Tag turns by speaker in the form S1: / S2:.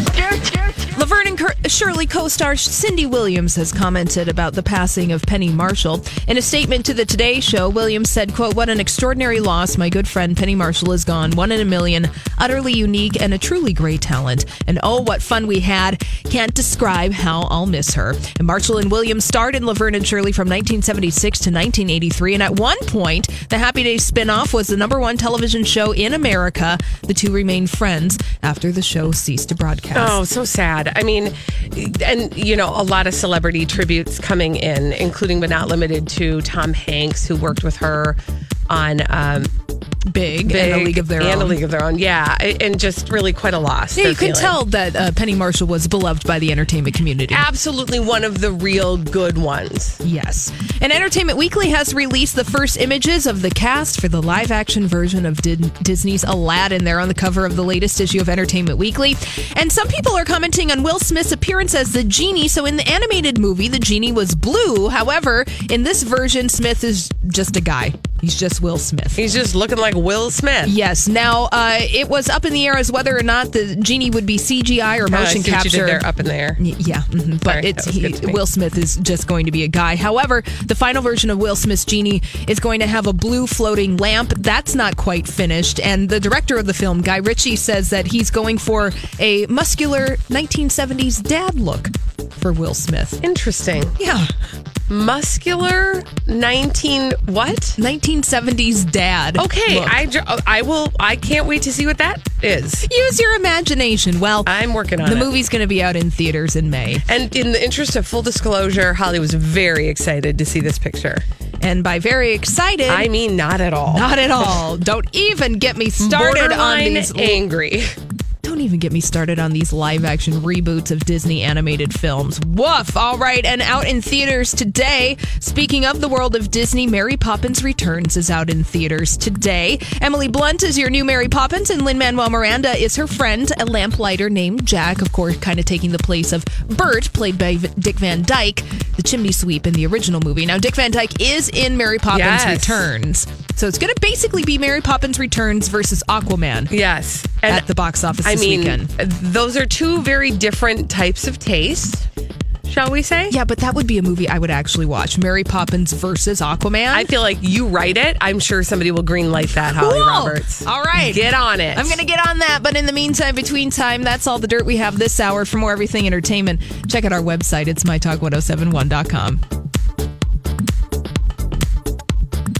S1: dirt, dirt, dirt.
S2: Laverne and Cur- Shirley co star Cindy Williams has commented about the passing of Penny Marshall. In a statement to the Today Show, Williams said, quote, What an extraordinary loss. My good friend Penny Marshall is gone. One in a million. Utterly unique and a truly great talent. And oh, what fun we had. Can't describe how I'll miss her. And Marshall and Williams starred in Laverne and Shirley from 1976 to 1983. And at one point, the Happy Days spinoff was the number one television show in America. The two remained friends after the show ceased to broadcast.
S3: Oh, so sad. I mean, and you know, a lot of celebrity tributes coming in, including but not limited to Tom Hanks, who worked with her on um,
S2: big, and a league of their
S3: and
S2: own.
S3: A League of Their Own. Yeah, I- and just really quite a loss.
S2: yeah,
S3: they're
S2: you can
S3: feeling.
S2: tell that uh, Penny Marshall was beloved by the entertainment community.
S3: Absolutely, one of the real good ones.
S2: Yes. And Entertainment Weekly has released the first images of the cast for the live action version of Din- Disney's Aladdin. They're on the cover of the latest issue of Entertainment Weekly. And some people are commenting on Will Smith's appearance as the genie. So in the animated movie, the genie was blue. However, in this version, Smith is just a guy. He's just Will Smith.
S3: He's just looking like Will Smith.
S2: Yes. Now, uh, it was up in the air as whether or not the genie would be CGI or
S3: Uh, I
S2: motion
S3: see what you did
S2: capture.
S3: there, up in there.
S2: Y- Yeah, mhm, but
S3: Sorry,
S2: it's
S3: that was
S2: he,
S3: good to me.
S2: Will Smith is just going to be a guy. However, the final version of Will Smith's Genie is going to have a blue floating lamp. That's not quite finished, and the director of the film, Guy Ritchie, says that he's going for a muscular 1970s dad look for Will Smith.
S3: Interesting.
S2: Yeah,
S3: Muscular 19 what?
S2: 1970s dad.
S3: Okay,
S2: look.
S3: I dr- I will I can't wait to see what that is.
S2: use your imagination. Well,
S3: I'm working on
S2: the
S3: it.
S2: movie's going to be out in theaters in May.
S3: And in the interest of full disclosure, Holly was very excited to see this picture.
S2: And by very excited,
S3: I mean, not at all.
S2: not at all. Don't even get me started on
S3: Borderline
S2: these.
S3: angry.
S2: Don't even get me started on these live action reboots of Disney animated films. Woof! All right, and out in theaters today. Speaking of the world of Disney, Mary Poppins Returns is out in theaters today. Emily Blunt is your new Mary Poppins, and Lin Manuel Miranda is her friend, a lamplighter named Jack, of course, kind of taking the place of Bert, played by V- Dick Van Dyke, the chimney sweep in the original movie. Now, Dick Van Dyke is in Mary Poppins
S3: Yes.
S2: Returns. So it's going to basically be Mary Poppins Returns versus Aquaman
S3: Yes, and
S2: at the box office
S3: I
S2: this
S3: mean,
S2: weekend.
S3: those are two very different types of taste, shall we say?
S2: Yeah, but that would be a movie I would actually watch. Mary Poppins versus Aquaman.
S3: I feel like you write it. I'm sure somebody will greenlight that, Holly
S2: Cool.
S3: Roberts.
S2: All right.
S3: get on it.
S2: I'm going to get on that. But in the meantime, between time, that's all the oh dirt we have this hour. For more everything entertainment, check out our website. It's mytalk1071.com.